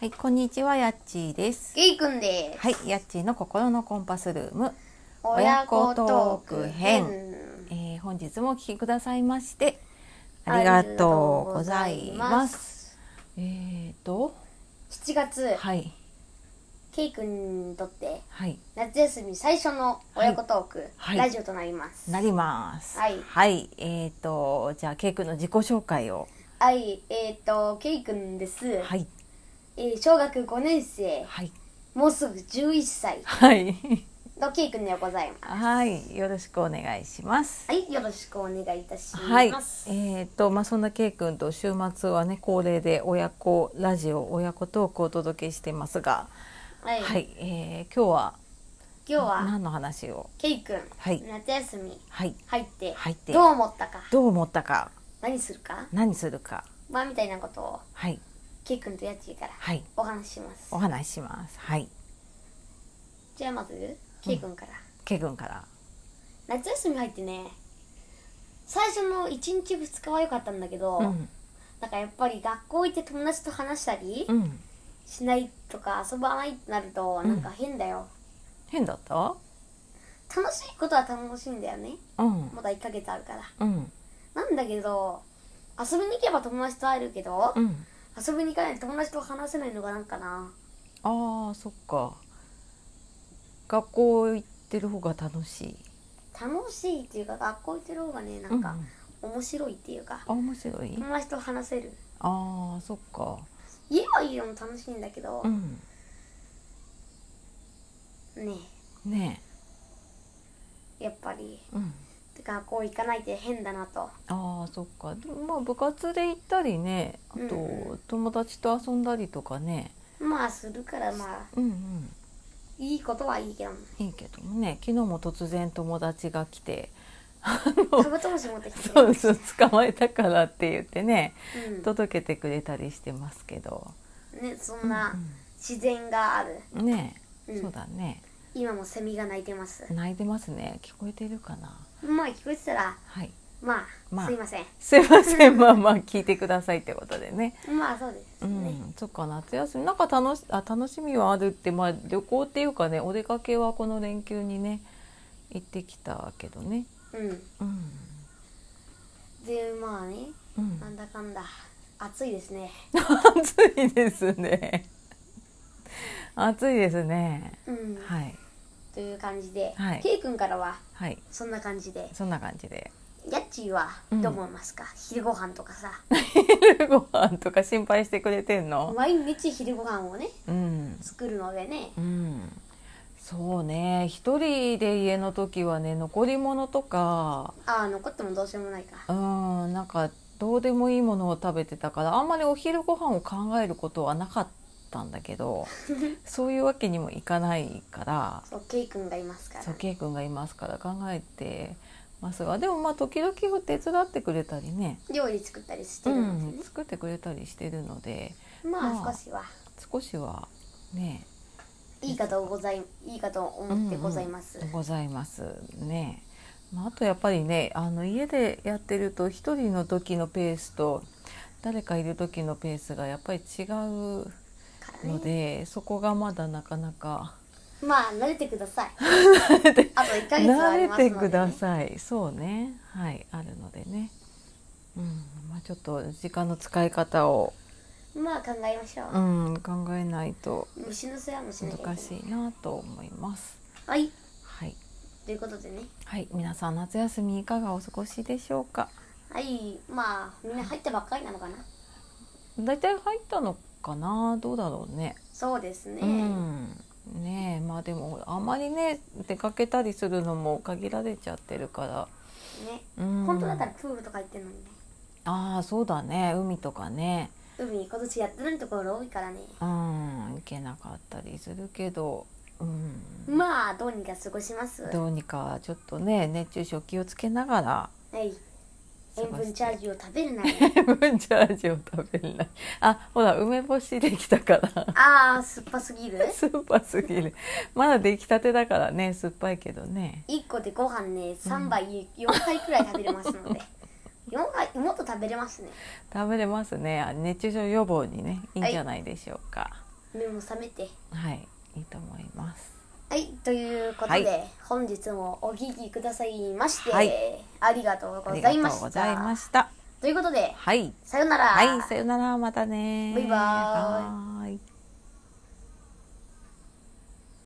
はい、こんにちは、やっちーです。ゲイくんです。はい、やっちーの心のコンパスルーム。親子トーク編。えー本日もお聞きくださいまして、ありがとうございます。す。えっ、ー、と、 7月、はい、ケイくんにとってはい、夏休み最初の親子トーク、はいラジオとなります。なります。はいえっ、ー、と、じゃあ、ケイ君の自己紹介を。はい、えっ、とケイくんです、はい、えー小学5年生、はい、もうすぐ11歳はい、のケイくんでございます。はい、よろしくお願いします。はい、よろしくお願いいたします。はい、えっ、とまあそんな K 君と週末はね恒例で親子ラジオ親子トークをお届けしてますが、はいはい、えー今日は今日は何の話をケイくん、はい夏休みはい入って入ってどう思ったか、どう思ったか何するか、何するかまあみたいなことをはいケイくんとやっちーからはいお話ししますお。話ししますはいじゃあまずケイ君から、 K 君から夏休み入ってね最初の1日2日は良かったんだけど、うんなんかやっぱり学校行って友達と話したりうんしないとか遊ばないってなるとなんか変だよ、変だった楽しいことは楽しいんだよねうんまだ1ヶ月あるからうんなんだけど遊びに行けば友達と会えるけど、うん遊びに行かないと友達と話せないのがなんかなあーそっか学校行ってる方が楽しい楽しいっていうか学校行ってる方がねなんかうん面白いっていうか、あ面白い友達と話せるあーそっか家は家でも楽しいんだけどう、んねねえやっぱりえうん学校行かないって変だなとああそっかでもまあ部活で行ったりねあと、う友達と遊んだりとかねまあするからまあうんうんいいことはい いけどいいけどもね昨日も突然友達が来てカブトムシ持ってきてくそれうるそう捕まえたからって言ってねうん届けてくれたりしてますけど、ねそんな自然がある、うんねえ、うんそうだね今もセミが鳴いてます泣いてますね聞こえてるかなまあ聞こえてたらはいまあ、まあすいませんすいませんまあまあ聞いてくださいってことでねまあそうですうね、ん、そっか夏休みなんか楽しあ楽しみはあるって、まあ、旅行っていうかねお出かけはこの連休にね行ってきたけどねうんうん、でまあねうんな、んだかんだ暑いですね暑いですね暑いですねうん、はいという感じで、はいケイ君からははいそんな感じでそんな感じでヤッチーはうどんう思いますか、昼ご飯とかさ昼ご飯とか心配してくれてんの毎日昼ご飯をねうん作るのでねうんそうね一人で家の時はね残り物とかああ残ってもどうしようもないかうんなんかどうでもいいものを食べてたからあんまりお昼ご飯を考えることはなかったんだけどそういうわけにもいかないからそうケイ君がいますからそう K 君がいますから考えてますがでもまあ時々手伝ってくれたりね料理作ったりしてるんうんです作ってくれたりしてるのでね、ままああ少しは少しはねいいかとございいいかと思ってございます、うんうんございますね。まあ、あとやっぱりねあの家でやってると一人の時のペースと誰かいる時のペースがやっぱり違うからのねで、そこがまだなかなかまあ慣れてくださいあと1ヶ月はあり慣ますので、れてね、くださいそうねはいあるのでね、うんまあ、ちょっと時間の使い方を、まあ考えましょうう、ん、考えないと虫の世話もしなきゃいけない難しいなと思います。はいはい、ということでねはい、皆さん夏休みいかがお過ごしでしょうかはいまあみんな入ったばっかりなのかな大体入ったのかなどうだろうね。そうですね、うんねえまあでもあまりね出かけたりするのも限られちゃってるかねら、うん、本当だったらプールとか行ってるのにねああそうだね海とかね海今年やってないところ多いからねうん行けなかったりするけど、うん、まあどうにか過ごしますはどうにかちょっとね熱中症気をつけながらい過塩ごして 分チャージを食べるなり分チャージを食べれないあほら梅干しできたから。 あー酸っぱすぎる酸っぱすぎるまだ出来たてだからね酸っぱいけどね1個でご飯ね3杯4杯くらい食べれますので4杯もっと食べれますね食べれますねあ熱中症予防にねいいんじゃないでしょうか目も覚めてはいいいと思いますはいということで、は本日もお聞きくださいまして、はいありがとうあごりざがいとまうしごたざいましたということではいさよならはいさよならまたねバイバーイはーい